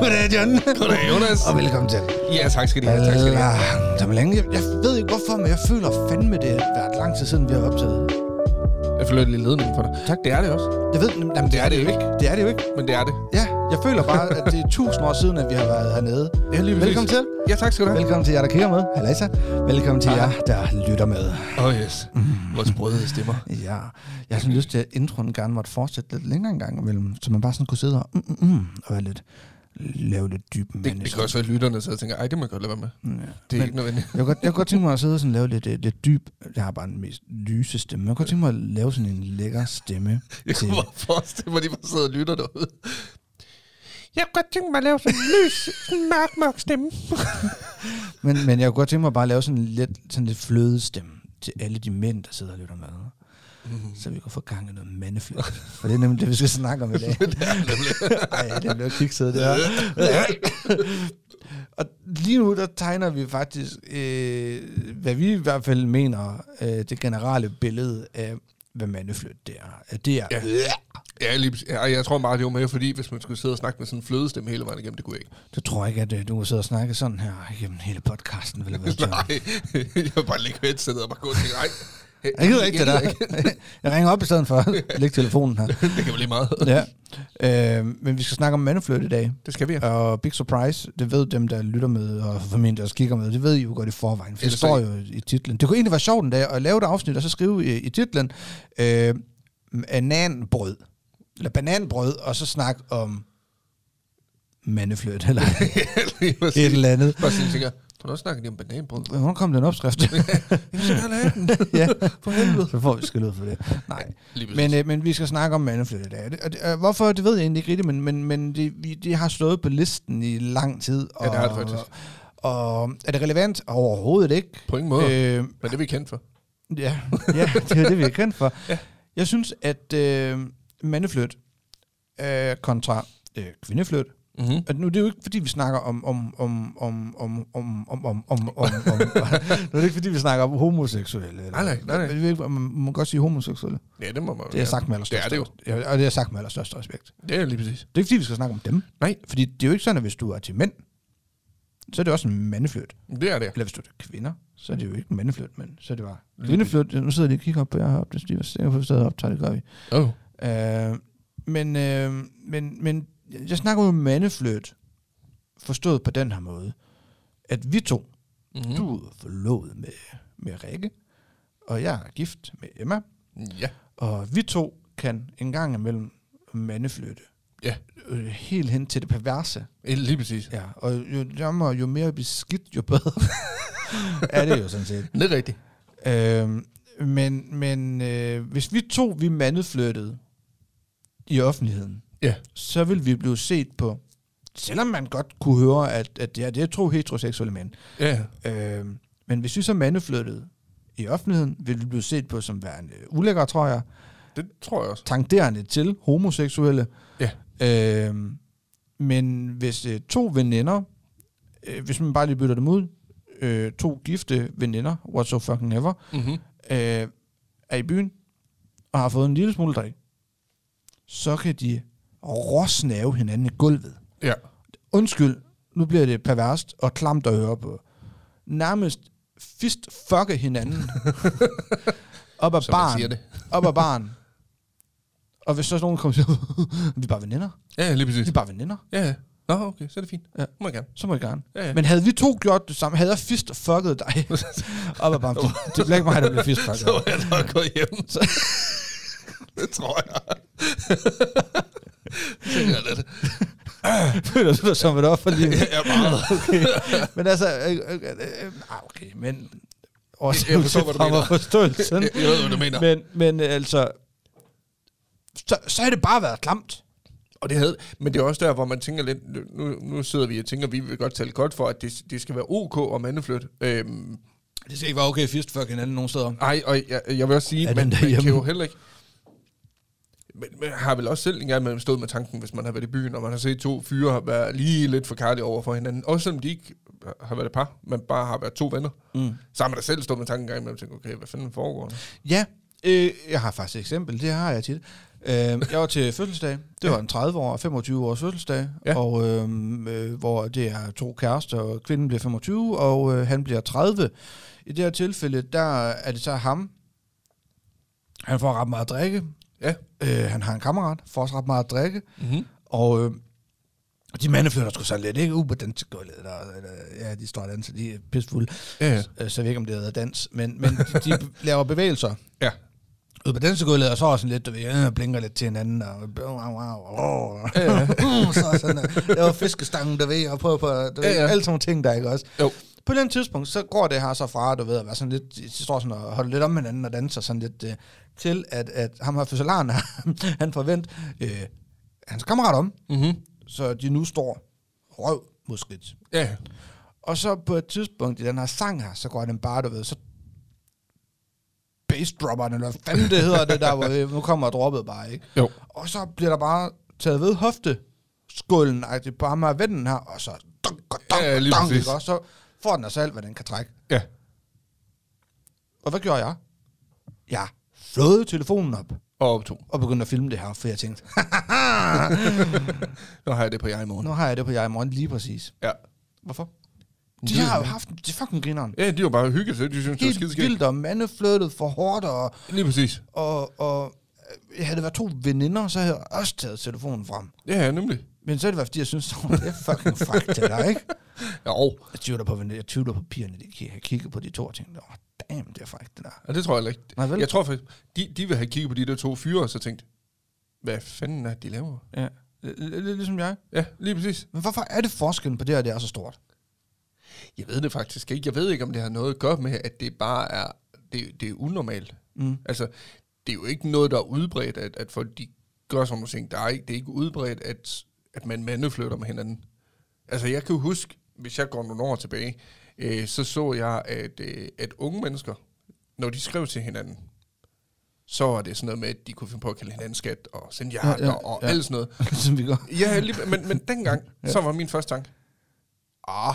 Goddag, John. Goddag, Jonas. Og velkommen til. Ja, tak skal I have. Tak skal I have. Lang- Som længe. Jeg, jeg ved ikke hvorfor, men jeg føler fandme, det har været lang tid siden, vi har optaget. Jeg forlod lidt ledning for dig. Tak. Det er det også. Jeg ved, jamen, det, er det jo ikke. Det er det jo ikke. Men det er det. Ja, jeg føler bare, at det er tusind år siden, at vi har været hernede. Ja, lige præcis. Velkommen til. Ja, tak skal du have. Velkommen til jer, der kigger med. Halløjsa. Velkommen til jer, der lytter med. Åh, oh, yes. Vores brødede stemmer. Ja, jeg har sådan lyst til, at introen gerne måtte fortsætte lidt længere en gang imellem, så man bare sådan kunne sidde og, mm, mm, mm, og være lidt, lave lidt dyb Det, det kan også være, at lytterne sidder og tænker, ej, det må jeg godt lade være med. Mm, Ja. Det er Men- ikke nødvendigt. Jeg kunne, godt, jeg kunne godt tænke mig at sidde og sådan lave lidt, øh, lidt dyb... Jeg har bare den mest lyse stemme. men Jeg kunne godt tænke mig at lave sådan en lækker stemme. Jeg til, kunne bare forestille mig, at de bare sidder og lytter derude. Jeg kunne godt tænke mig at lave sådan en lys, sådan mørk, mørk stemme. men, men jeg kunne godt tænke mig at bare lave sådan en lidt, sådan lidt fløde stemme til alle de mænd, der sidder og lytter med. Mhm. Så vi kan få gang i noget mandefløjt. For det er nemlig det, vi skal snakke om i dag. Ej, det bliver kikset, det her. Og lige nu, der tegner vi faktisk, øh, hvad vi i hvert fald mener, øh, det generelle billede af, hvad mandeflyt det er. At det er Ja. Ja, lige, præcis. ja, og jeg tror meget, det var med, fordi hvis man skulle sidde og snakke med sådan en flødestemme hele vejen igennem, det kunne jeg ikke. Du tror ikke, at øh, du sidder og snakker sådan her igennem hele podcasten, vel? Hvad, John? Nej, jeg vil bare lægge headsetet og bare gå og tænke, nej. Jeg gider ikke det der. Jeg ringer op i stedet for at lægge telefonen her. Det kan vel lige meget. Ja. Øh, men vi skal snakke om mandefløjt i dag. Det skal vi. Ja. Og big surprise, det ved dem, der lytter med, og formentlig også kigger med, det ved I jo godt i forvejen, for det Ellers står jo i titlen. Det kunne egentlig være sjovt en dag at lave et afsnit, og så skrive i, i titlen, øh, bananbrød, eller bananbrød, og så snakke om mandefløjt, eller lige et præcis. eller andet. Bare sådan tænker, har du også snakket lige om bananbrød? Hvordan kom den opskrift? Jeg vil gerne have den. ja. For helvede. Så får vi skæld ud for det. Nej. Lige præcis. Men, øh, men vi skal snakke om mandeflyt i dag. Og det- Og det, øh, hvorfor, det ved jeg egentlig ikke rigtigt, men, men, men det, vi, det har stået på listen i lang tid. Og, Ja, det har det faktisk. Og, og er det relevant? Overhovedet ikke. På ingen måde. Øh. Øh, Men det er vi kendt for. ja, ja, det er det, vi er kendt for. ja. Jeg synes, at øh, mandeflyt øh, kontra øh, kvindeflyt, Mm-hmm. at nu det er jo ikke fordi vi snakker om om om om om om om om om om om nu er det ikke fordi vi snakker om homoseksuelle. Eller, Nej, nej, nej, nej. Jeg ved ikke, om man må godt sige homoseksuelle. Ja, det må man Det er sagt med Det er allerstørste. det jo. Ja, og det er sagt med allerstørste respekt. Det er jo lige præcis. Det er ikke fordi vi skal snakke om dem, Nej, fordi det er jo ikke sådan at hvis du er til mænd, så er det også en mandeflyt. det er det. Eller hvis du er til kvinder, så er det jo ikke en mandeflyt, men så er det bare kvindeflyt. Nu sidder de og kigger op på jer heroppe, det er fordi, jeg er sikker på, at vi stadig optager, det gør vi. Oh. Øh, men, øh, men, men jeg snakker jo om mandeflødt, forstået på den her måde, at vi to, Mm-hmm. mm. du er forlovet med, med Rikke, og jeg er gift med Emma, Ja. og vi to kan en gang imellem mandeflytte. Ja. Øh, Helt hen til det perverse. Eh, Lige præcis. Ja, og jo, jeg må, jo mere beskidt, jo bedre. er det jo sådan set. Det er rigtigt. Øhm, men men øh, hvis vi to, vi mandeflyttede i offentligheden, Ja. så vil vi blive set på, selvom man godt kunne høre, at, at det, her, det er to heteroseksuelle mænd. Ja. Øh, men hvis vi så mandeflyttede i offentligheden, ville vi blive set på som værende ulækker, tror jeg, Det tror jeg også. tangerende til homoseksuelle. Ja. Øh, men hvis øh, to veninder, øh, hvis man bare lige bytter dem ud, øh, to gifte veninder, what so fucking ever, Mm-hmm. øh, er i byen og har fået en lille smule drik, så kan de råsnave hinanden i gulvet. Ja. Undskyld, nu bliver det perverst og klamt at høre på. Nærmest fist fucke hinanden. op ad Som man siger barn. det. Op ad barn. Og hvis så nogen kommer og siger, vi er bare veninder. Ja, lige Vi præcis. er bare veninder. Ja, ja. Nå, okay, så er det fint. Ja. Ja. Må jeg gerne. Så må jeg gerne. Ja, ja. Men havde vi to gjort det samme, havde jeg fist fucket dig op ad barn. Det, det bliver ikke mig, der bliver fist fucket. så er jeg nok gået hjem. Så. det tror jeg. Tænker jeg lidt. Føler du dig som et offer lige nu? Jeg er meget. Men altså, øh, øh, øh, øh, ah, okay, men... Også Jeg forstår, hvad du fra mener. Forståelsen. Jeg, jeg ved, hvad du mener. men, men altså, så, så har det bare været klamt. Og det havde, men det er også der, hvor man tænker lidt, nu, nu sidder vi og tænker, vi vil godt tale godt for, at det, det skal være ok og mandeflyt. Øhm, Det skal ikke være okay fist fuck hinanden nogen steder. ej, og jeg, jeg vil også sige, Er den man, man derhjemme? kan jo heller ikke... Men man har vel også selv en gang imellem stået med tanken, hvis man har været i byen, og man har set to fyre være lige lidt for kærlige over for hinanden. Også selvom de ikke har været et par, men bare har været to venner. Mm. Så har man da selv stået med tanken en gang imellem og tænkt, okay, hvad fanden foregår der? Ja, øh, jeg har faktisk et eksempel, det har jeg tit. Øh, jeg var til fødselsdag. Det var en 30 år og 25 års fødselsdag, Ja. ja. og øhm, øh, hvor det er to kærester, og kvinden bliver 25, og øh, han bliver 30. I det her tilfælde, der er det så ham. Han får ret meget at drikke. Ja. Øh, han har en kammerat, får også ret meget at drikke. Mm-hmm. Og øh, de mænd flytter sgu sådan lidt, ikke? Uh, på dansegulvet, der, eller, ja, de står og danser, de er pissfulde. Ja, ja. Øh, Så jeg ved ikke, om det hedder dans, men, men de, de laver bevægelser Ja. ud på dansegulvet, og så er jeg sådan lidt, du ved, øh, blinker lidt til hinanden, og øh, wow, wow, wow, Ja, så er sådan, øh, laver fiskestangen, du ved, og prøver på, du ved, Ja, ja. alle sådan nogle ting, der ikke også. Jo. På et eller andet tidspunkt, så går det her så fra, du ved, at være sådan lidt, de står sådan og holder lidt om hinanden og danser sådan lidt, øh, til at, at ham her fødselaren, han forvent øh, hans kammerat om, Mm-hmm. så de nu står røv mod skridt. Ja. Og så på et tidspunkt i den her sang her, så går den bare, du ved, så bassdropperen, eller hvad fanden det hedder det der, hvor øh, nu kommer droppet bare, ikke? Jo. Og så bliver der bare taget ved hofte skålen, altså på ham her ved den her, og så dunk, og dunk, Ja, ja, lige dunk, præcis. ikke? Og så får den altså alt, hvad den kan trække. Ja. Og hvad gjorde jeg? Jeg flåede telefonen op Og optog. og begyndte at filme det her, for jeg tænkte, Nu har jeg det på jer i morgen. nu har jeg det på jeg i morgen lige præcis. Ja. Hvorfor? Det De ved har jeg jo ikke. haft, de fucking grineren. Ja, de var bare hygget, så de synes, det var Helt skideskægt. vildt og mandeflyttet for hårdt, og, Lige præcis. og, og øh, havde det været to veninder, så havde jeg også taget telefonen frem. Ja, ja, nemlig. Men så er det været, fordi jeg synes, at det er fucking fuck det der, ikke? Jo. Jeg tvivler på, jeg tvivler på pigerne, de kan have kigget på de to og tænkt, åh, oh, damn, det er faktisk det der. Ja, det tror jeg heller ikke. Nej, vel? Jeg tror faktisk, de, de vil have kigget på de der to fyre, og så tænkt, hvad fanden er det, de laver? Ja. Lidt ligesom jeg. Ja, lige præcis. Men hvorfor er det forskellen på det her, det er så stort? Jeg ved det faktisk ikke. Jeg ved ikke, om det har noget at gøre med, at det bare er, det, det er unormalt. Mm. Altså, det er jo ikke noget, der er udbredt, at, at folk de gør sådan nogle ting. Der er ikke, det er ikke udbredt, at, at man mandeflytter med hinanden. Altså, jeg kan jo huske, hvis jeg går nogle år tilbage, øh, så så jeg, at, øh, at unge mennesker, når de skrev til hinanden, så var det sådan noget med, at de kunne finde på at kalde hinanden skat og sende hjerter ja, ja, og ja. alt sådan noget. Som Ligesom vi går. Ja, lige, men, men dengang, ja. så var min første tanke, ah,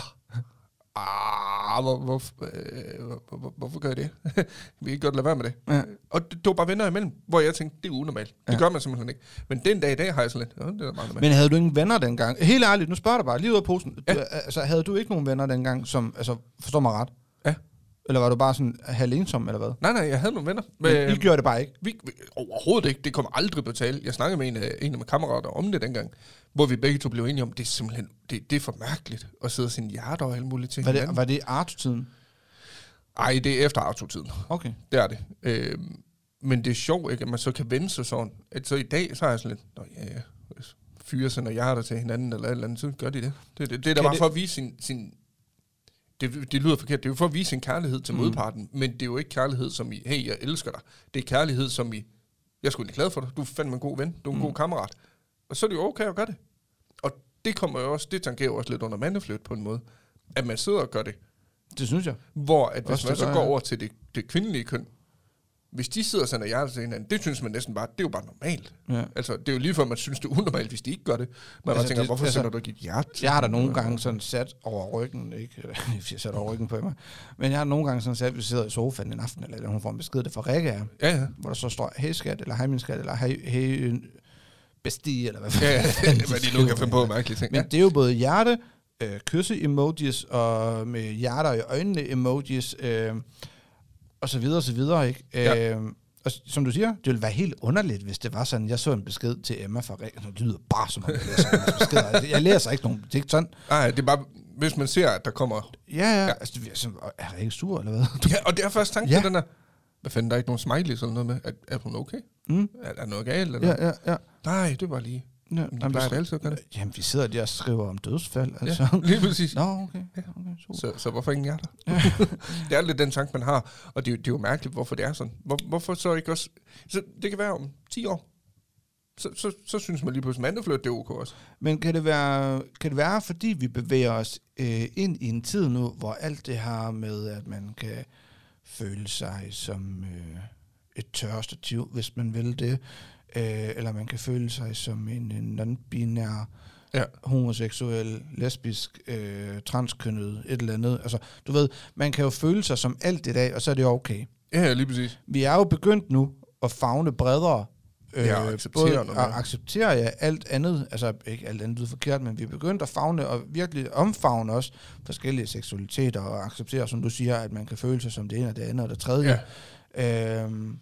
ah hvor, hvor, øh, hvor, hvor, hvorfor gør jeg det? Vi kan ikke godt lade være med det. Ja. Og det, det var bare venner imellem, hvor jeg tænkte, det er unormalt. Det Ja. gør man simpelthen ikke. Men den dag i dag har jeg sådan lidt, "Nå, det er da meget normalt. Men havde du ingen venner dengang? Helt ærligt, nu spørger jeg dig bare, lige ud af posen. Du, altså, havde du ikke nogen venner dengang, som, altså, forstår mig ret? Ja. Eller var du bare sådan halvensom, eller hvad? Nej, nej, jeg havde nogle venner. Men, Men, øh, I gjorde det bare ikke. vi, vi, overhovedet ikke. Det kommer aldrig på tale. Jeg snakkede med en af, en af mine kammerater om det dengang, hvor vi begge to blev enige om, det er simpelthen det, det er for mærkeligt at sidde og sende hjerter og alle mulige ting. Var det, var det i art-tiden? Ej, det er efter Arto-tiden. Okay. Det er det. Øhm, men det er sjovt, ikke, at man så kan vende sig sådan. At så i dag, så er jeg sådan lidt, Nå, ja, ja. Hvis Fyre sender hjerter til hinanden eller et eller andet, så gør de det. Det, det, det er da Kan bare det- for at vise sin... sin det, det lyder forkert. Det er jo for at vise sin kærlighed Mm. til modparten, men det er jo ikke kærlighed som i, hey, jeg elsker dig. Det er kærlighed som i, jeg er sgu egentlig glad for dig. Du er fandme en god ven. Du er en mm. god kammerat. Og så er det jo okay at gøre det. Og det kommer jo også, det tangerer jo også lidt under mandeflyt på en måde. At man sidder og gør det Det synes jeg. hvor at hvis Også man det så der, går ja. over til det, det kvindelige køn, hvis de sidder og sender hjerter til hinanden, det synes man næsten bare, det er jo bare normalt. Ja. Altså, det er jo lige før, man synes, det er unormalt, hvis de ikke gør det. Man altså, Altså, tænker, det- hvorfor altså- sender du ikke et hjerte? til Jeg har da nogle dem?" gange sådan sat over ryggen, ikke? Eller, Jeg sat over ryggen på mig. Men jeg har nogle gange sådan sat, hvis vi sidder i sofaen en aften, eller hun får en besked, det fra Rikke her, Ja, ja. hvor der så står, hey skat, eller hej min skat, eller hey, hey øh, bestie, eller hvad Ja, ja. fanden Hvad de nu skriver, kan finde på ja. mærkelige ting. Men Ja. det er jo både hjerte, øh, kysse-emojis, og med hjerter i øjnene-emojis, øh, og så videre, og så videre, ikke? Ja. Ja. Øh, og s- som du siger, det ville være helt underligt, hvis det var sådan, jeg så en besked til Emma fra Rikke, det lyder bare som om, jeg læser hendes beskeder. Jeg læser ikke nogen, det er ikke sådan. Nej, det er bare, hvis man ser, at der kommer... Ja, ja. Ja. Altså, det virker som, er Rikke sur, eller hvad? Ja, og det er først tanken, ja. Ja. den er, hvad fanden, der er ikke nogen smileys eller noget med? Er, er hun okay? Mm. Er der noget galt? Eller? Ja, ja, ja. Nej, det var lige... ja. Men Jamen, det er der, altid at gøre det. jamen, vi sidder der og skriver om dødsfald, altså. Ja, lige præcis. Nå, okay. Ja, okay super. Så, så hvorfor ingen hjerter? det er lidt den tanke, man har, og det, er jo- det er jo mærkeligt, hvorfor det er sådan. Hvor, hvorfor så ikke også... Så det kan være om 10 år. Så, så, så synes man lige pludselig, mandefløjt, det er ok også. Men kan det være, kan det være fordi vi bevæger os øh, ind i en tid nu, hvor alt det her med, at man kan føle sig som øh, et tørstativ, hvis man vil det, øh, eller man kan føle sig som en, en non-binær, Ja. homoseksuel, lesbisk, øh, transkønnet, et eller andet. Altså, du ved, man kan jo føle sig som alt i dag, og så er det okay. Ja, lige præcis. Vi er jo begyndt nu at fagne bredere Øh, Ja, og accepterer både, noget mere. og accepterer ja, alt andet, altså ikke alt andet lyder forkert, men vi er begyndt at fagne og virkelig omfavne også forskellige seksualiteter og acceptere, som du siger, at man kan føle sig som det ene og det andet og det tredje. Ja. Øhm,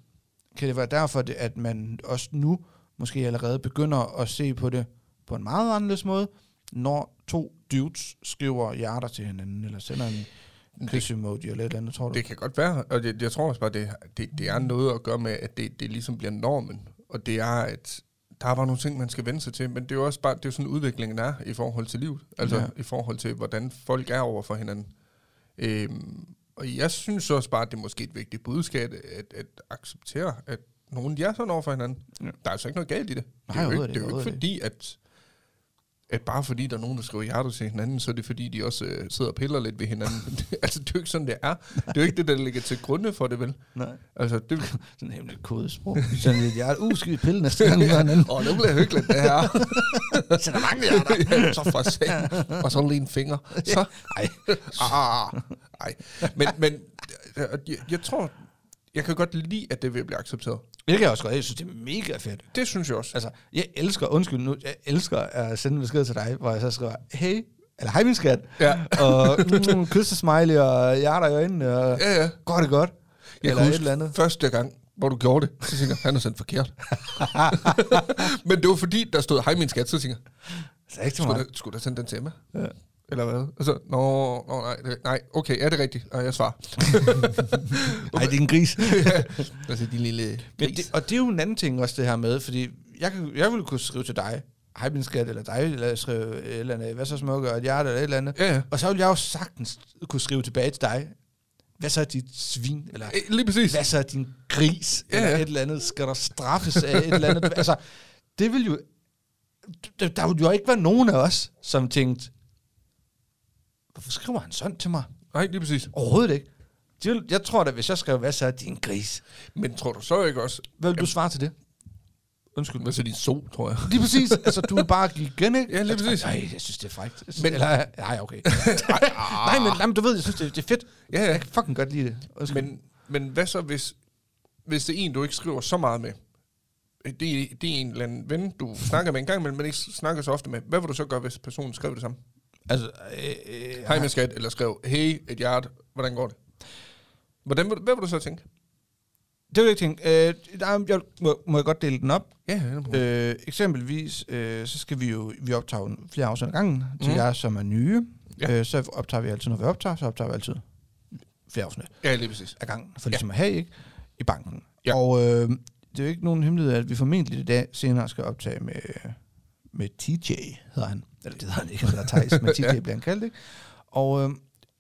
kan det være derfor, det- at man også nu måske allerede begynder at se på det på en meget anderledes måde, når to dudes skriver hjerter til hinanden, eller sender en kys-emoji eller et eller andet, tror du? Det kan godt være, og det, jeg tror også bare, det, det, det er noget at gøre med, at det, det ligesom bliver normen, og det er, at der er bare nogle ting, man skal vende sig til, men det er jo også bare, det er jo sådan, udviklingen er i forhold til livet, altså Ja. ja. i forhold til, hvordan folk er over for hinanden. Øhm, og jeg synes også bare, at det er måske et vigtigt budskab, at, at acceptere, at nogen de er sådan over for hinanden. Ja. Ja. Der er altså ikke noget galt i det. Nej, det er jo ikke, overhovedet det er jo ikke, ikke fordi, at, at bare fordi der er nogen, der skriver hjertet til hinanden, så er det fordi, de også øh, sidder og piller lidt ved hinanden. altså, det er jo ikke sådan, det er. Det er jo ikke det, der ligger til grunde for det, vel? Nej. Altså, det... Sådan et hemmeligt kodesprog. Sådan lidt, jeg er uskidt pille næste gang, ja. anden. Åh, det bliver hyggeligt, det her. Så der mangler jeg dig. ja, så for satan. Og så lige en finger. Så. Ej. Ah, ej. Men, men jeg, jeg, jeg tror, jeg kan godt lide, at det vil blive accepteret. Det kan jeg også godt. Jeg synes, det er mega fedt. Det synes jeg også. Altså, jeg elsker, undskyld nu, jeg elsker at sende en besked til dig, hvor jeg så skriver, hey, eller hej min skat, Ja. og mm, kysse smiley, og hjerter i øjnene, og Ja, ja. går det godt, Jeg eller kan et huske eller andet. første gang, hvor du gjorde det, så tænker jeg, han har sendt forkert. Men det var fordi, der stod, hej min skat, så tænker jeg, Så ikke til skulle mig. der, skulle der sende den til Emma? Ja. Eller hvad? Altså, nå, nå nej, det, nej, okay, er det rigtigt? Og jeg svarer. Ej, det er en gris. altså, de lille Men det, og det er jo en anden ting også, det her med, fordi jeg, kan, jeg ville kunne skrive til dig, hej min skat, eller dig, eller skrive et eller andet, hvad så smukke, og et hjerte, eller et eller andet. Ja, ja. Og så ville jeg jo sagtens kunne skrive tilbage til dig, hvad så er dit svin, eller Øh, Lige præcis. hvad så er din gris, Ja, ja, eller ja. et eller andet, skal der straffes af et eller andet. Altså, det vil jo, der, der ville jo ikke være nogen af os, som tænkte, hvorfor skriver han sådan til mig? Nej, lige præcis. Overhovedet ikke. Det ville- Jeg tror da, hvis jeg skrev, hvad så er din gris, Men tror du så ikke også, hvad vil du svare til det? Undskyld. hvad så din sol, tror jeg? Lige præcis. Altså, du vil bare give igen, ikke? Ja, lige præcis. Nej, jeg synes, det er frækt. Men, Men- Eller, nej, okay. nej, men, nej, men du ved, jeg synes, det, det er fedt. Ja, ja. Jeg kan fucking godt lide det. Undskyld. Men, men hvad så, hvis, hvis det er en, du ikke skriver så meget med? Det, er- det er en eller anden ven, du snakker med en gang imellem, men ikke snakker så ofte med. Hvad vil du så gøre, hvis personen skrev det samme? altså, øh, øh, Hej min skat, eller skrev, hey, et hjert, hvordan går det? Hvordan, vil- hvad vil du så tænke? Det vil jeg ikke tænke. Øh, der, jeg, må, må jeg godt dele den op? Ja, ja, Øh, eksempelvis, øh, så skal vi jo vi optage flere afsnit ad gangen til mm. Mhm. jer, som er nye. Ja. Ja. Øh, så optager vi altid, når vi optager, så optager vi altid flere afsnit ja, lige præcis. ad gangen, for ligesom ja. at have ikke, i banken. Ja. Og øh, det er jo ikke nogen hemmelighed, at vi formentlig i dag senere skal optage med, med TJ, hedder han. Eller det hedder han ikke, han hedder Thijs, men TJ ja. bliver han kaldt, ikke? Og øh,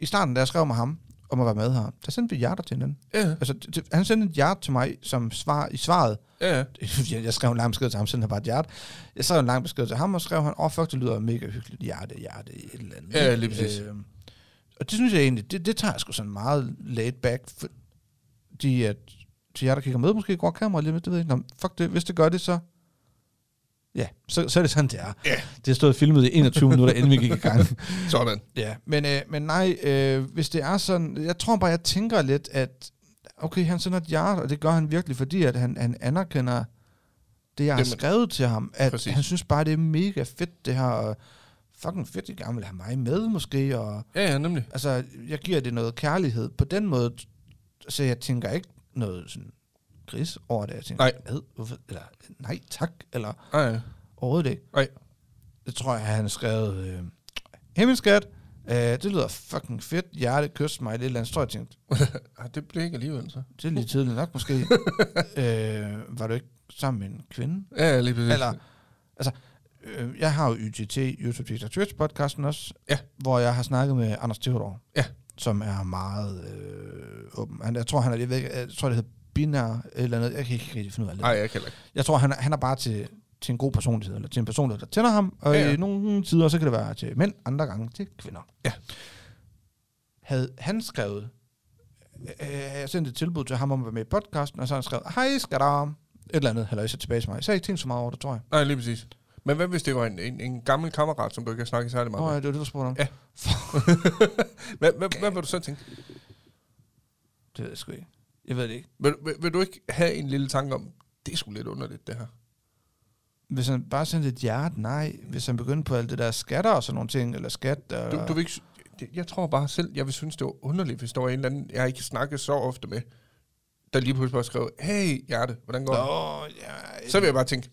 i starten, da jeg skrev med ham, om at være med her, der sendte vi hjerter til hinanden. Ja, Altså, t- t- han sendte et hjerte til mig som svar i svaret. ja, ja. Jeg, jeg skrev en lang besked til ham, sendte han bare et hjerte. Jeg skrev en lang besked til ham, og skrev han, åh, oh, fuck, det lyder mega hyggeligt, hjerte, hjerte, et eller andet. Ja, lige præcis. Øhm, og det synes jeg egentlig, det, det tager jeg sgu sådan meget laid back, fordi at, til jer, der kigger med, måske går kameraet lidt med, det ved jeg ikke. Nå, fuck det, hvis det gør det, så... Ja, så, så er det sådan, det er. Ja. Det stod filmet i 21 minutter, inden vi gik i gang. Sådan. Ja, men, øh, men nej, øh, hvis det er sådan, jeg tror bare, jeg tænker lidt, at okay, han sender et hjerte, og det gør han virkelig, fordi at han, han anerkender det, jeg har Jamen, skrevet til ham, at præcis. han synes bare, det er mega fedt, det her, og fucking fedt, jeg gerne vil have mig med, måske, og Ja, ja, nemlig. altså, jeg giver det noget kærlighed på den måde, så jeg tænker ikke noget sådan gris over det, jeg tænker, Nej. "Ad, hvorfor, eller, nej tak, eller Ja, ja. Overhovedet ikke. Nej. Det tror jeg, han har skrevet. Øh, Himmelskat, øh, det lyder fucking fedt. Hjerte, kys mig, det eller andet. Så tror jeg, jeg tænkte, Ej, det bliver ikke alligevel, så. det er lige tidligt nok måske. øh, var du ikke sammen med en kvinde? Ja, ja, lige præcis. Eller, altså, øh, jeg har jo YTT, YouTube, Twitter, Twitch podcasten også, Ja. hvor jeg har snakket med Anders Theodor, Ja. som er meget øh, åben. Han, jeg tror, han er, jeg, ved, ikke, jeg tror, det hedder binær eller noget. Jeg kan ikke rigtig finde ud af det. Nej, jeg kan heller ikke. Jeg tror, han er, han er bare til, til en god personlighed, eller til en personlighed, der tænder ham, og ja, Ja, ja. ja. i nogle tider, så kan det være til mænd, andre gange til kvinder. Ja. Havde han skrevet, øh, jeg sendte et tilbud til ham om at være med i podcasten, og så har han skrevet, hej skatter, et eller andet, eller så tilbage til mig. Så har jeg ikke tænkt så meget over det, tror jeg. Nej, lige præcis. Men hvad hvis det var en, en, en gammel kammerat, som du ikke har snakket særlig meget Nå, ja, med? det var det, du spurgte om. Ja. Hvad, hvad, hvad vil du så tænke? Det ved jeg sgu ikke. Jeg ved det ikke. Vil, vil, vil du ikke have en lille tanke om, Det er sgu lidt underligt, det her. Hvis han bare sendte et hjerte, nej. Hvis han begyndte på alt det der skatter og sådan nogle ting, eller skat, og, Du, du vil ikke, sy- det- jeg tror bare selv, jeg vil synes, det var underligt, hvis der var en eller anden, jeg ikke snakkede så ofte med, der lige pludselig bare skrev, hey hjerte, hvordan går det? Nå, øh, ja, Så vil jeg bare tænke,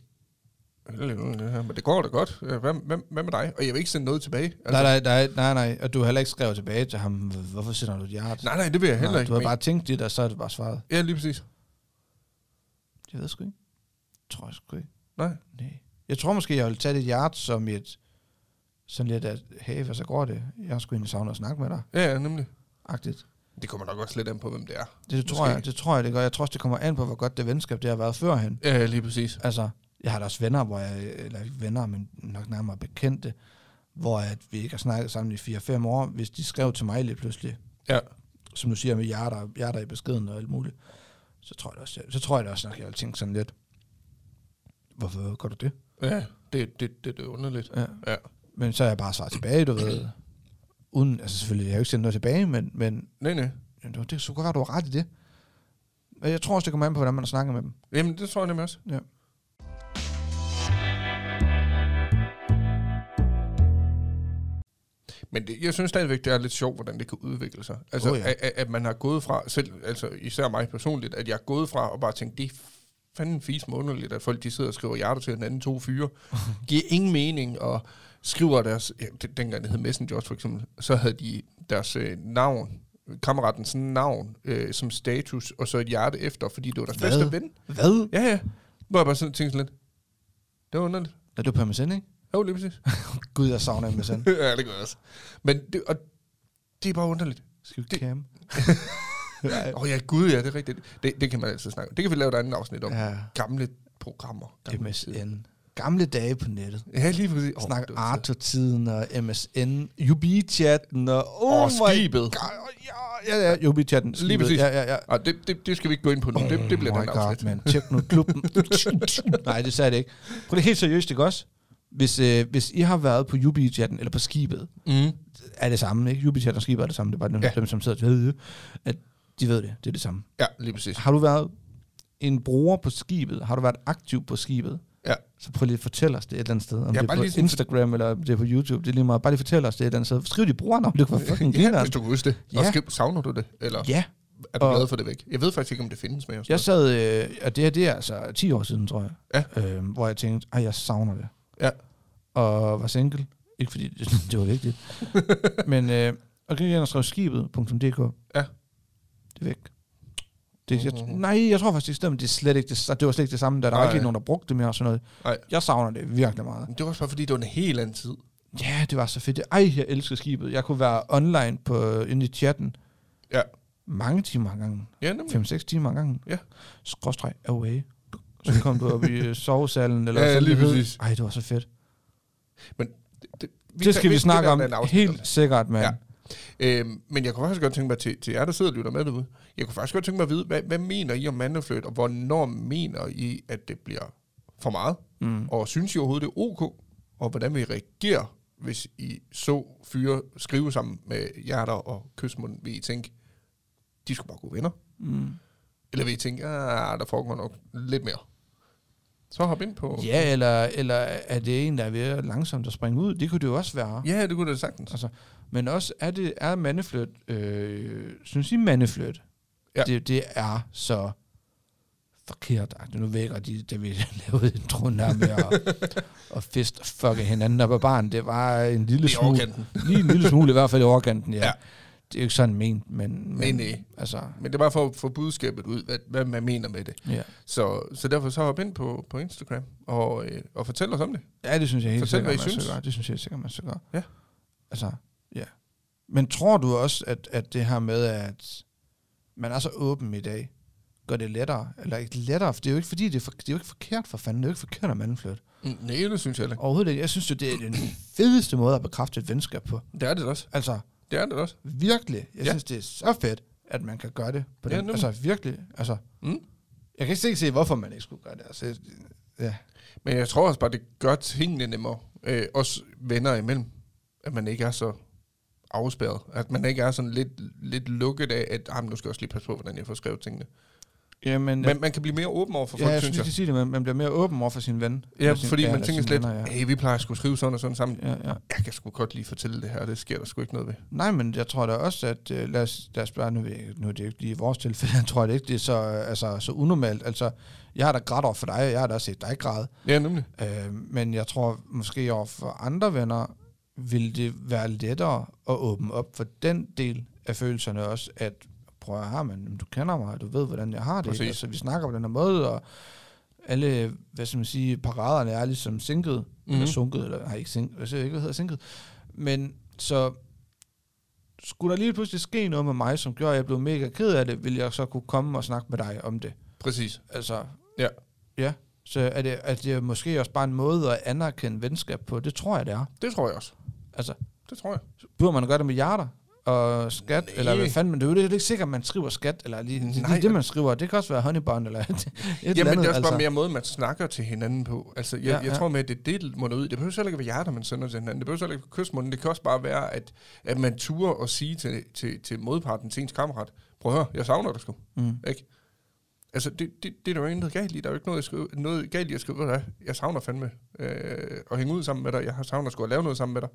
men det går da godt. Øh, Hvad, hvad, hvad med dig? Og jeg vil ikke sende noget tilbage. Altså, nej, nej, nej, nej, nej, og du har heller ikke skrevet tilbage til ham, "H- hvorfor sender du et hjerte? nej, nej, det vil jeg heller Nej, ikke. Du har men- bare tænkt det, og så er det bare svaret. Ja, lige præcis. Det ved jeg sgu ikke. Tror jeg sgu ikke. Nej. Nej. Jeg tror måske, jeg vil tage det hjerte som et, sådan lidt at, hey, hvad så går det? Jeg skulle egentlig savne at snakke med dig, Ja, ja, nemlig. agtigt. Det kommer nok også lidt an på, hvem det er. Det tror Måske. jeg, det tror jeg, det gør. Jeg tror også, det kommer an på, hvor godt det venskab, det har været førhen. Ja, lige præcis. Altså, jeg har da også venner, hvor jeg, eller ikke venner, men nok nærmere bekendte, hvor at vi ikke har snakket sammen i 4-5 år, hvis de skrev til mig lige pludselig, Ja. som du siger med hjerter, hjerter i beskeden og alt muligt, så tror jeg da også, jeg, så tror jeg da også nok, jeg vil tænke sådan lidt, hvorfor gør du det? Ja, det, det, det, det er underligt. Ja. Ja. Men så er jeg bare svaret tilbage, du ved. Uden, altså selvfølgelig, jeg har jo ikke sendt noget tilbage, men, men Nej, nej. jamen, det er så godt, du har ret i det. Men jeg tror også, det kommer an på, hvordan man snakker med dem. Jamen, det tror jeg nemlig også. Ja. Men det, jeg synes stadigvæk, det er lidt sjovt, hvordan det kan udvikle sig. Altså, Åh, oh, ja. ja. at, at man har gået fra, selv, altså især mig personligt, at jeg er gået fra og bare tænkt, det er fanden fis underligt, at folk de sidder og skriver hjerter til hinanden to fyre. Giver ingen mening, og skriver deres, ja, det, dengang det hed Messenger også for eksempel, så havde de deres øh, navn, kammeratens navn øh, som status, og så et hjerte efter, fordi det var deres Hvad? bedste ven. Hvad? Ja, ja. Hvor jeg bare sådan tænkte sådan lidt. Det var underligt. Er du på MSN, ikke? Jo, lige præcis. Gud, jeg savner MSN. ja, det gør jeg også. Men det, og det er bare underligt. Skal vi Det- kæmpe? Åh oh, ja, gud ja, det er rigtigt. Det, det kan man altid snakke om. Det kan vi lave et andet afsnit om. Ja. Ja, Gamle programmer. Gamle tider. MSN. Gamle dage på nettet. Ja, lige præcis. Oh, Snak det var fedt. Arthur-tiden og MSN, UB-chatten og... Oh, Åh, my skibet. god. Ja, ja, ja, UB-chatten. skibet. præcis. Ja, ja, ja. Ah, det, det, det skal vi ikke gå ind på nu. Det, det bliver oh den my afsnit. man. Teknoklubben. Nej, det sagde det ikke. Prøv det helt seriøst, ikke også? Hvis, øh, hvis I har været på Jubi-chatten, eller på skibet, Mm. er det samme, ikke? Jubi-chatten og skibet er det samme. Det er bare dem, ja. Ja. dem som sidder til ved, at de ved det. Det er det samme. Ja, lige præcis. Har du været en bruger på skibet? Har du været aktiv på skibet? Ja. Så prøv lige at fortælle os det et eller andet sted. Om Ja, det er bare på lige sådan- Instagram, eller om det er på YouTube. Det er lige meget. Bare lige fortæl os det et eller andet sted. Skriv dit brugernavn, det kunne være fucking Ja, grineren. hvis du kan huske det. Ja. Og skriv, savner du det? Eller Ja, er du og- glad for det væk? Jeg ved faktisk ikke, om det findes mere. Jeg sad, øh, og det her det er altså 10 år siden, tror jeg, Ja. øh, hvor jeg tænkte, at jeg savner det. Ja. Og var single. Ikke fordi det, det var vigtigt. Men, øh, og gik ind og skrev skibet.dk. Ja. Det er væk. Det, jeg, nej, jeg tror faktisk, det stemmer. Det, er slet ikke det, det var slet ikke det samme, da der var Mm-hmm. Nej. ikke lige nogen, der brugte det mere og sådan noget. Nej. Jeg savner det virkelig meget. Men Det var også bare, fordi det var en helt anden tid. Ja, det var så fedt. Ej, jeg elsker skibet. Jeg kunne være online på, inde i chatten Ja. mange timer ad gangen. Ja, nemlig. 5-6 timer ad gangen. Ja. Skråstreg away. Så kom du op i øh, sovesalen. Eller Ja, sådan lige noget. præcis. Ej, det var så fedt. Det, det, det skal vi, det snakke der om er en afsnit om. helt sikkert, mand. Ja. Ja. Øhm, men jeg kunne faktisk godt tænke mig, til, til jer, der sidder og lytter med derude, jeg kunne faktisk godt tænke mig at vide, hvad, hvad mener I om mandefløjt, og hvornår mener I, at det bliver for meget? Mm. Og synes I overhovedet, det er ok? Og hvordan vil I reagere, hvis I så fyre skrive sammen med hjerter og kysmund? Vil I tænke, de skulle bare gå venner? Mm. Eller vil I tænke, ah, der foregår nok lidt mere? Så hop ind på... Ja, eller, eller er det en, der er ved at langsomt at springe ud? Det kunne det jo også være. Ja. ja det kunne det sagtens. Altså, men også, er, det, er mandeflødt, øh, synes I mandeflødt? Ja. Det, det er så forkert. Ej, Nu vækker de, da vi lavede introen her med at, at fest og fucke hinanden op ad baren. Det var en lille Det er smule... overkanten. Lige en lille smule, i hvert fald i overkanten, ja. ja. Ja. Det er jo ikke sådan ment, men... Nej, men nej. Altså, Men det er bare for at få budskabet ud, hvad, hvad man mener med det. ja. Så, så derfor så hop ind på, på Instagram og, øh, og fortæl os om det. ja, det synes jeg helt Fortæl, hvad I sikkert, man synes. skal gøre. Det synes jeg helt sikkert, man skal gøre. Ja. Altså, ja. Men tror du også, at, at det her med, at man er så åben i dag, gør det lettere? Eller ikke lettere? For det er jo ikke, fordi det er, for, det er jo ikke forkert for fanden. Det er jo ikke forkert at mandflytte. Mm, Nej, det synes jeg heller Overhovedet ikke. Jeg synes jo, det er den fedeste måde at bekræfte et venskab på. ikke. Det er det da også. Altså, Det er det da også. virkelig. Jeg ja. Ja. synes, det er så fedt, at man kan gøre det på Ja, den. nemlig. altså, virkelig. Altså, Mm. Jeg kan ikke se- se, hvorfor man ikke skulle gøre det. Altså, ja. Men jeg tror også bare, det gør tingene nemmere. Øh, også venner imellem. At man ikke er så afspærret. At man ikke er sådan lidt, lidt lukket af, at ah, men nu skal jeg også lige passe på, hvordan jeg får skrevet tingene. Jamen, Men man kan blive mere åben over for folk, ja, jeg synes synes, jeg. de siger det, man, man bliver mere åben over for sin ven. Ja, Eller sin- fordi man eller tænker sine slet, venner, ja. hey, vi plejer at skulle skrive sådan og sådan sammen. Ja, ja. Jeg kan sgu godt lige fortælle det her, det sker der sgu ikke noget ved. Nej, men jeg tror da også, at øh, lad os, lad os bare, nu, ved jeg ikke- nu er det jo ikke lige i vores tilfælde, jeg tror det ikke, det er så, øh, altså, så unormalt. Altså, jeg har da grædt over for dig, og jeg har da også set dig græde. Ja, nemlig. Øh, men jeg tror måske over for andre venner, vil det være lettere at åbne op for den del af følelserne også, at prøv at høre, men du kender mig, og du ved, hvordan jeg har det. Præcis. Altså, vi snakker på den her måde, og alle, hvad skal man sige, paraderne er ligesom sinket, mm-hmm. eller Mhm. sunket, eller har ikke sinket, jeg ved ikke, hvad hedder sinket. Men så skulle der lige pludselig ske noget med mig, som gjorde, at jeg blev mega ked af det, ville jeg så kunne komme og snakke med dig om det. Præcis. Altså, Ja. Ja. Så er det, er det måske også bare en måde at anerkende venskab på. Det tror jeg, det er. Det tror jeg også. Altså, Det tror jeg. burde man gøre det med hjerter og skat, Nej. Nej. eller hvad fanden, men det er jo det er jo ikke sikkert, man skriver skat, eller lige, det, Nej. lige det, man skriver. Det kan også være honeybun, eller et, et Et eller Jamen, andet. det er også altså. altså. bare mere måde, man snakker til hinanden på. Altså, jeg, ja, Ja, jeg ja. ja. tror med, at det er det, der munder ud. i. Det behøver heller ikke at være hjerter, man sender til hinanden. Det behøver heller ikke at være kysmunden. Det kan også bare være, at, at man turer at sige til, til, til modparten, til ens kammerat, prøv at høre, jeg savner dig sgu. Mm. Ikke? Altså, det, det, det er der jo intet galt i. Der er jo ikke noget, jeg skrive, noget galt i at skrive, "Ved du hvad, jeg savner fandme øh, at hænge ud sammen med dig. Jeg savner sgu at lave noget sammen med dig.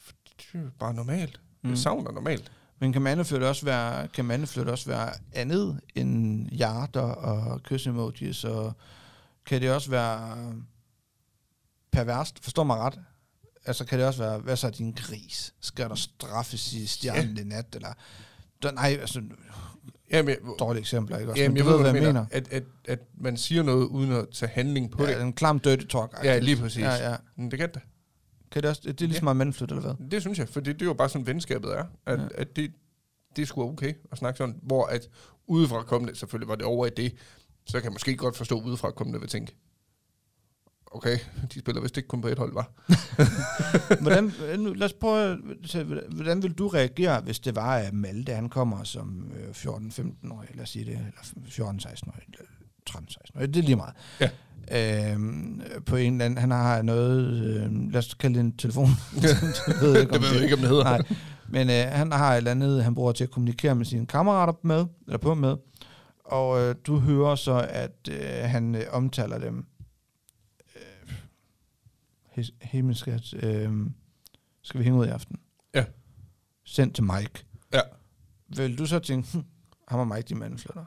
For Det er jo bare normalt. Mm. Mm. Jeg savner normalt. Men kan mandeflyt også være, kan mandeflyt også være andet end hjerter og kysemojis, og kan det også være perverst? Forstår mig ret? Altså kan det også være, hvad så er din gris? Skal der straffes i stjernen i nat? Eller, der, nej, altså Jamen, jeg, dårlige eksempler, ikke? Også, jamen, men jeg du ved, hvad jeg mener. At, at, at man siger noget, uden at tage handling på ja, Ja, det. en klam dirty talk. Ja, lige præcis. Ja, Ja, ja. ja. Mm, Det kan det. Kan det, også, det er ligesom meget mandeflyt, eller hvad? Det synes jeg, for det, det er jo bare sådan, venskabet er. At, ja. Ja. at det, det er sgu okay at snakke sådan. Hvor at udefra kommende, selvfølgelig var det over i det, så kan jeg måske godt forstå, at udefra kommende vil tænke, okay, de spiller vist ikke kun på et hold, var. Hvordan, øh, nu, lad os prøve, at se, hvordan- hvordan vil du reagere, hvis det var, at Malte han kommer som øh, 14-15-årig, lad os sige det, eller 14-16-årig, eller 13-16-årig, det er lige meget. Ja. Øhm, på en eller anden, han har noget, øh, lad os kalde det en telefon. det ved jeg ikke, om Det ved det jeg ikke, om det hedder. Nej, men øh, han har et eller andet, han bruger til at kommunikere med sine kammerater med, eller på med, og øh, du hører så, at øh, han øh, omtaler dem. Øh, "His- Himmelskat, øh, skal vi hænge ud i aften? Ja. Send til Mike. Ja. Vil du så tænke, hm, ham og Mike, de mandflytter?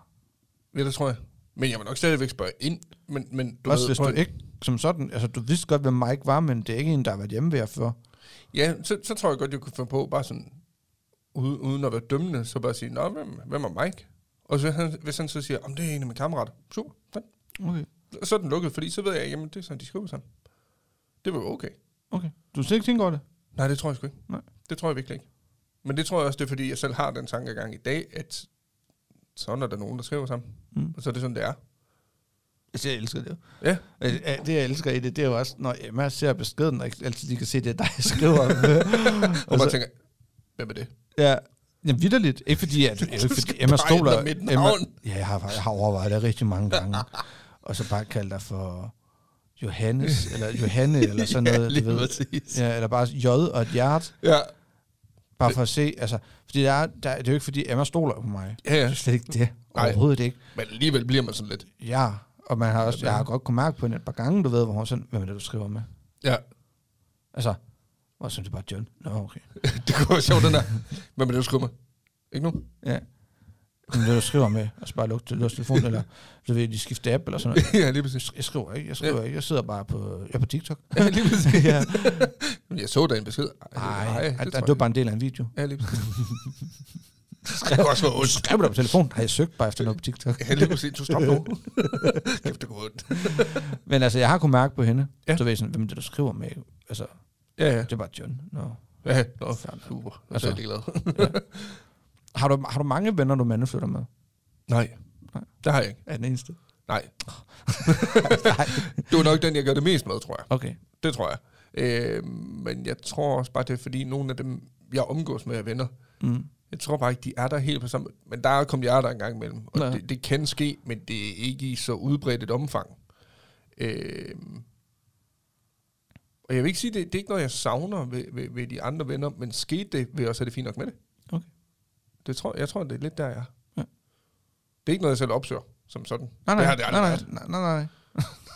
Ja, det tror jeg. Men jeg vil nok stadigvæk spørge ind, men, men du Også ved, hvis prøv du at- ikke som sådan, altså du vidste godt, hvem Mike var, men det er ikke en, der har været hjemme ved jer før. Ja, så, så tror jeg godt, jeg kunne finde på bare sådan, ude, uden at være dømmende, så bare sige, nå, hvem, hvem er Mike? Og så, han, hvis han så siger, om det er en af mine kammerater, super, fedt. Okay. så er den lukket, fordi så ved jeg, jamen det er sådan, de skriver sammen. Det var jo okay. okay. Du skal ikke tænke over det? Nej, det tror jeg sgu ikke. Nej. Det tror jeg virkelig ikke. Men det tror jeg også, det er fordi, jeg selv har den tankegang i dag, at sådan er der nogen, der skriver sammen. Mm. Og så er det sådan, det er. Altså, jeg elsker det. Ja. Øh, øh, Det, jeg elsker i det, det er jo også, når Emma ser beskeden, og ikke altid lige kan se, det er dig, jeg skriver. Og man Altså, tænker, hvem er det? ja, jamen, vidderligt. Ikke fordi, at, ikke skal fordi Emma bare ændre stoler... mit Emma, navn. ja, jeg har, jeg har overvejet det rigtig mange gange. og så bare kalde dig for Johannes, eller Johanne, eller sådan noget. lige du ved. præcis. Ja, eller bare J og et hjert, Ja, bare for at se. Altså, fordi der er, der, det er jo ikke, fordi Emma stoler på mig. ja, Det ja. er slet ikke det. Nej. Overhovedet ikke. Men alligevel bliver man sådan lidt. Ja, og man har også, Ja. jeg har godt kunne mærke på hende et par gange, du ved, hvor hun sådan, hvem er det, du skriver med? Ja, Altså, og så er det bare John. Nå, okay. det kunne være sjovt, den der. Hvem er det, du skriver med? Ikke nu? Ja. Men det, du skriver med, og så bare lukke til lås telefonen, eller så vil de skifte app, eller sådan noget. ja, lige præcis. Jeg skriver ikke, jeg skriver ikke. Jeg sidder bare på, jeg er på TikTok. Ja, lige præcis. ja. Men Jeg så da en besked. Ej, Ej, det, det, tror var jeg bare en del af en video. ikke. Ja, lige præcis. det kunne også være ondt. Skriv det på telefonen. Har jeg søgt bare efter noget på TikTok? Ja, lige præcis. Du stop nu. Kæft, det går ondt. Men altså, jeg har kunnet mærke på hende. Ja. Ja. Så ved jeg sådan, hvem er det, du skriver med? Altså, Ja, ja. det er bare John. Nå. Ja, nå, Fair nok. super. Altså, Altså. jeg er ligeglad. Har du, har du mange venner, du mandeflytter med? Nej, Nej. det har jeg ikke. Er den eneste? Nej. Nej. Det var nok den, jeg gør det mest med, tror jeg. Okay. Det tror jeg. Øh, men jeg tror også bare, det er fordi, nogle af dem, jeg omgås med, er venner. Mm. Jeg tror bare ikke, de er der helt på samme... Men der er kommet jeg der en gang imellem. Og Ja. det, det kan ske, men det er ikke i så udbredt et omfang. Øh, og jeg vil ikke sige, det, det er ikke noget, jeg savner ved, ved, ved de andre venner, men skete det, vil jeg også have det fint nok med det. Okay. det tror, jeg tror, det er lidt der, jeg er. Ja. Det er ikke noget, jeg selv opsøger. som sådan. Nej, det nej, har det aldrig nej, været. nej, nej, nej, nej.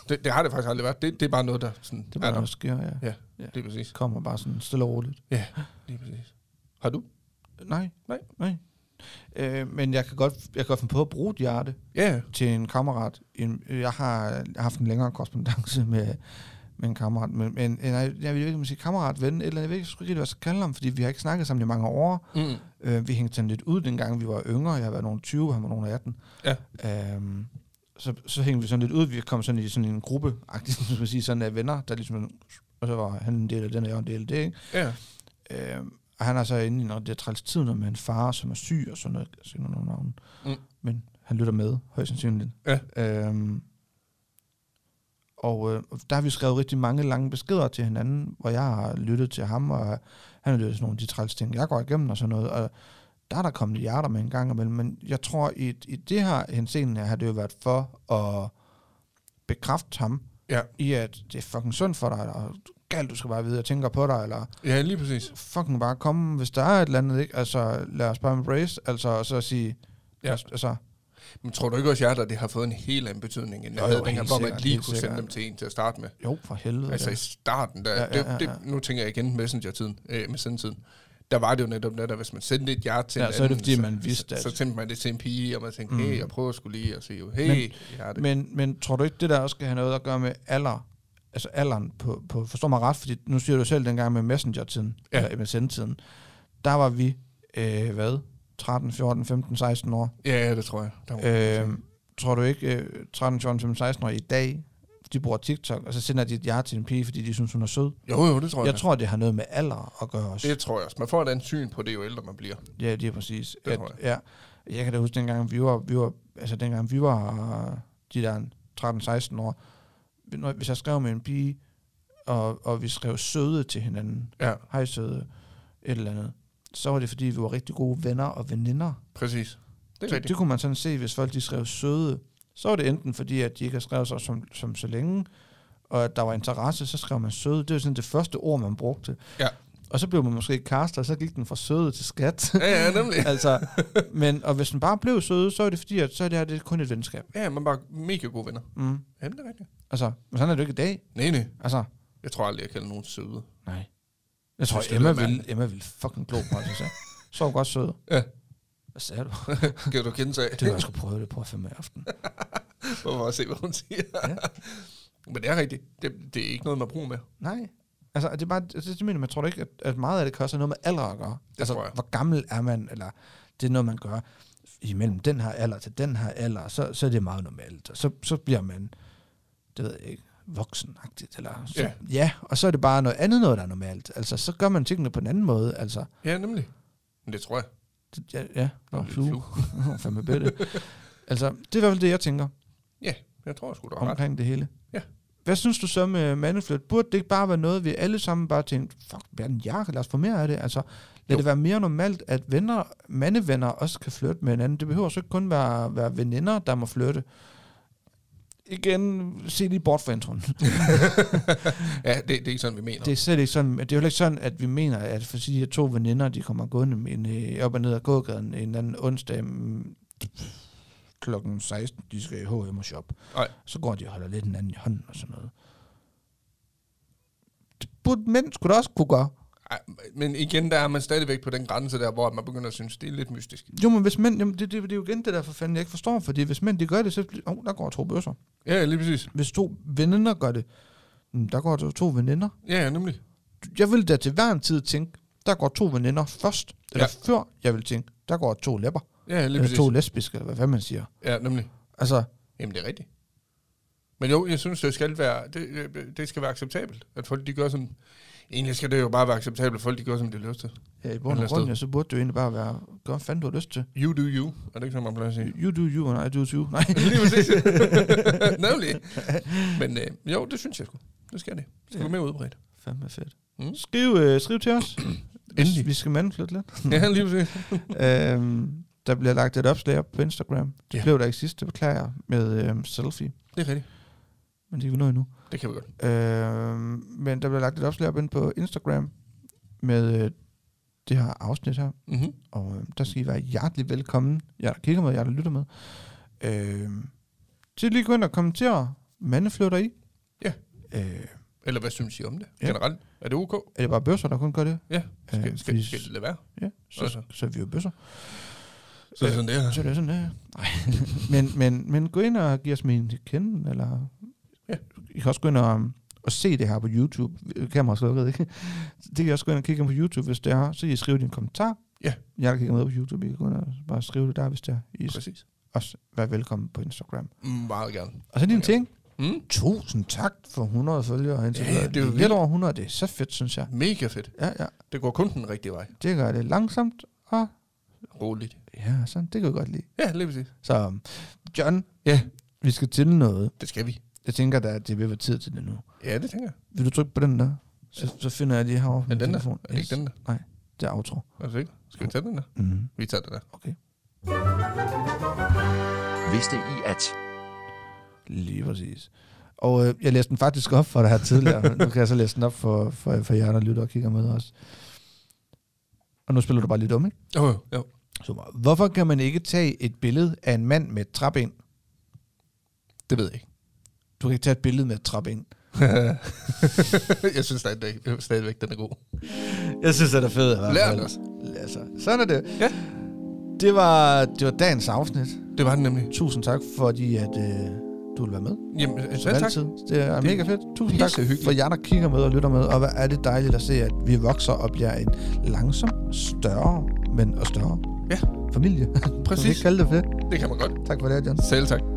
Det, det, har det faktisk aldrig været. Det, det er bare noget, der sådan, Det er bare, der. noget, der sker, ja. Ja, Ja. det er præcis. Kommer bare sådan stille og roligt. Ja, det er præcis. Har du? Nej, Nej. nej. Øh, men jeg kan, godt, jeg kan godt finde på at bruge et hjerte Ja, til en kammerat. En, jeg har haft en længere korrespondence med, med en kammerat. Men, men en, jeg ved ikke, om man siger kammerat, ven, eller jeg ved ikke, sgu ikke, rigtig, hvad jeg skal kalde ham, fordi vi har ikke snakket sammen i mange år. mm. Øh, vi hængte sådan lidt ud, dengang vi var yngre. Jeg var nogen 20, han var nogen 18. Ja. Øhm, så, så hængte vi sådan lidt ud. Vi kom sådan i sådan en gruppe, som man sige, sådan af venner, der ligesom, og så var han en del af den, og jeg var en del af det, ikke? ja, Øh, og han er så inde i noget, det er træls tid, når man far, som er syg og sådan noget. Jeg siger nogle navne. Mm. Mm. Men han lytter med, højst sandsynligt. Ja. Øhm, og øh, der har vi skrevet rigtig mange lange beskeder til hinanden, hvor jeg har lyttet til ham, og han har lyttet til nogle af de træls ting, jeg går igennem og sådan noget. Og der er der kommet hjerter med en gang imellem, men jeg tror, i, i det her henseende har det jo været for at bekræfte ham Ja. i, at det er fucking synd for dig, eller galt, du skal bare vide, jeg tænker på dig, eller ja, lige præcis. fucking bare komme, hvis der er et eller andet, ikke? Altså, lad os bare embrace, altså, og så sige, Ja. ja. altså, Men tror du ikke også, at det har fået en helt anden betydning, end det Jo, jo, havde dengang, helt hvor man sikkert, lige helt kunne sende sikkert. dem til en til at starte med? jo, for helvede. Altså i Altså, ja. starten, der, Ja, ja, ja, det, det, nu tænker jeg igen messenger-tiden, øh, messenger-tiden, der var det jo netop netop, hvis man sendte et ja til Ja, en så er det, anden, fordi man vidste, så, at- så, sendte man det til en pige, og man tænkte, Mm. hey, jeg prøver skulle lige at sige, hey, Men- hjerte. men, men tror du ikke, det der også skal have noget at gøre med alder, altså alderen på, på forstår mig ret, fordi nu siger du selv dengang med Messenger-tiden, Ja. ja. eller MSN-tiden, der var vi, øh, hvad, 13, 14, 15, 16 år. Ja, ja, det tror jeg. Der var- Øh, tror du ikke, øh, 13, 14, 15, 16 år i dag, de bruger TikTok, og så sender de et ja til en pige, fordi de synes, hun er sød. jo, jo, det tror jeg. Jeg tror, det har noget med alder at gøre også. det tror jeg også. Man får et andet syn på det, jo ældre man bliver. Ja, det er præcis. Det Det at, tror jeg. Ja, jeg kan da huske, dengang vi var, vi var, altså dengang vi var øh, de der 13-16 år, når- hvis jeg skrev med en pige, og, og vi skrev søde til hinanden, Ja, hej søde, et eller andet, så var det fordi, vi var rigtig gode venner og veninder. præcis. Det er Det, rigtigt. det kunne man sådan se, hvis folk de skrev søde, så var det enten fordi, at de ikke har skrevet sig som, som så længe, og at der var interesse, så skrev man søde. Det var sådan det første ord, man brugte. Ja. Og så blev man måske kaster, og så gik den fra søde til skat. Ja, ja, nemlig. altså, men, og hvis den bare blev søde, så er det fordi, at så er det her det er kun et venskab. Ja, man er bare mega gode venner. Mm. Jamen, det er rigtigt. Altså, men sådan er det jo ikke i dag. Nej, nej. Altså, Jeg tror aldrig, jeg kalder nogen søde. nej. Jeg tror, synes, det Emma, lyder vil, mærkeligt. Emma vil fucking glo på os, altså. Sov godt søde. Ja. Hvad sagde du? Kan du kende sig af? Det var jeg skulle prøve det på at finde i aften. For at se, hvad hun siger. Ja. Ja. Men det er rigtigt. Det, det er ikke noget, man bruger med. Nej. Altså, det er bare, det, det mener man, tror du ikke, at, at meget af det kan også have noget med alder at gøre? Det altså, tror jeg. hvor gammel er man, eller det er noget, man gør imellem den her alder til den her alder, så, så er det meget normalt, og så, så bliver man, det ved jeg ikke, voksenagtigt, eller så, Ja. ja, og så er det bare noget andet noget, der er normalt. Altså, så gør man tingene på en anden måde, altså, Ja, nemlig. Men det tror jeg. det, ja, ja, nå, Lidt flue, fandme bedre. altså, det er i hvert fald det, jeg tænker Ja, jeg tror sgu, du har ret. omkring det hele. Ja. Hvad synes du så med mandeflyt? Burde det ikke bare være noget, vi alle sammen bare tænkte, fuck, verden jakke, lad os få mere af det. Altså, lad Jo. jo. det være mere normalt, at venner, mandevenner også kan flytte med hinanden. Det behøver så ikke kun være, være veninder, der må flytte. Igen, se lige bort fra introen. Ja, det, det er ikke sådan, vi mener. Det er slet ikke sådan, det er jo heller ikke sådan, at vi mener, at for de her to veninder, de kommer gående med en, øh, op og ned ad gågaden en eller anden onsdag mm, klokken 16, de skal i H&M og shop. Nej. Så går de og holder lidt hinanden i hånden og sådan noget. Det burde mænd skulle da også kunne gøre. Ej, men igen, der er man stadigvæk på den grænse der, hvor man begynder at synes, det er lidt mystisk. Jo, men hvis mænd, jamen, det, det, det, er jo igen det der for fanden, jeg ikke forstår, fordi hvis mænd de gør det, så bliver- oh, der går to bøsser. Ja, lige præcis. Hvis to veninder gør det, mm, der går to, to veninder. Ja, ja, nemlig. jeg ville da til hver en tid tænke, der går to veninder først, eller ja. før jeg vil tænke, der går to læpper, Ja, lige eller præcis. to lesbiske, eller hvad fanden man siger. Ja, nemlig. Altså, Jamen, det er rigtigt. Men jo, jeg synes, det skal være, det, det skal være acceptabelt, at folk de gør sådan... Egentlig skal det jo bare være acceptabelt, at folk de gør, som de har lyst til. ja, i bund Eller og grund, ja, så burde det jo egentlig bare være, gør hvad fanden du har lyst til. You do you. Er det ikke sådan, man plejer at sige? You do you, and I do you. Nej, Lige præcis. Nemlig. Men øh, jo, det synes jeg sgu. Det skal det. Det skal være mere udbredt. fandme fedt. Mm. Skriv, øh, skriv til os. Endelig. Vi skal mandflytte lidt. Ja, lige præcis. øhm, der bliver lagt et opslag op på Instagram. Det Ja. ja. blev der ikke sidst, det beklager jeg, med øhm, selfie. Det er rigtigt. Men det kan vi nå endnu. Det kan vi godt. Øh, men der bliver lagt et opslag op ind på Instagram med øh, det her afsnit her. Mm-hmm. Og øh, der skal I være hjertelig velkommen, jer der kigger med, jer der lytter med. Øh, til lige at gå ind og kommentere mandeflytter i. Ja. Øh, Eller hvad synes I om det? Ja. Ja. Generelt. Er det ok? er det bare bøsser, der kun gør det? Ja. Skal, Øh, øh, skal, hvis- skal det lade være? Ja, så, Altså. så er vi jo bøsser. Så er det sådan, det Så er. er det sådan, ja. Nej. men, men, men gå ind og giv os min til kende, eller... Ja. I kan også gå ind og, um, og se det her på YouTube. Kameraet er slukket, ikke? Det kan I også gå ind og kigge på YouTube, hvis det er. Så kan I skrive din kommentar. Ja. Jeg der kigger med på YouTube. I kan gå ind og bare skrive det der, hvis det er. I skal Præcis. også være velkommen på Instagram. Mm, Meget gerne. Og så din Okay. ting. Mm. Tusind tak for 100 følgere. indtil Ja, videre. det er jo lidt vildt. over 100. Det er så fedt, synes jeg. Mega fedt. Ja, ja. Det går kun den rigtige vej. Det gør det langsomt. Og Roligt. ja, sådan. Det kan jeg godt lide. Ja, lige præcis. Så um, John, Ja. vi skal til noget. Det skal vi. Jeg tænker da, at det vil være tid til det nu. Ja, det tænker jeg. Vil du trykke på den der? Så, så finder jeg lige herovre på Er min det den der? telefon. Er det ikke den der? Det er outro. Er det ikke? Skal vi tage den der? Mm. Vi tager den der. Okay. Vidste I at? Lige præcis. Og øh, jeg læste den faktisk op for dig her tidligere. men nu kan jeg så læse den op for, for, for jer, der lytter og kigger med også. Og nu spiller du bare lidt dumme, ikke? Jo, jo, jo. Super. Hvorfor kan man ikke tage et billede af en mand med et træben? Det ved jeg ikke. Du kan ikke tage et billede med et træben. jeg synes stadigvæk, stadigvæk, den er god. Jeg synes, det er fedt. i hvert Lær fald. den os. Altså, sådan er det. Ja. Det var, det var dagens afsnit. Det var den nemlig. Tusind tak, fordi at, øh, du vil være med. Jamen, Som ja, ja, tak. altid. Det er Det det er mega fedt. Tusind tak pissehyggeligt. for jer, der kigger med og lytter med. Og hvad er det dejligt at se, at vi vokser og bliver en langsom, større, men og større Ja. familie. Kan vi Præcis. ikke kalde det for det? Det kan man godt. Tak for det, John. Selv tak.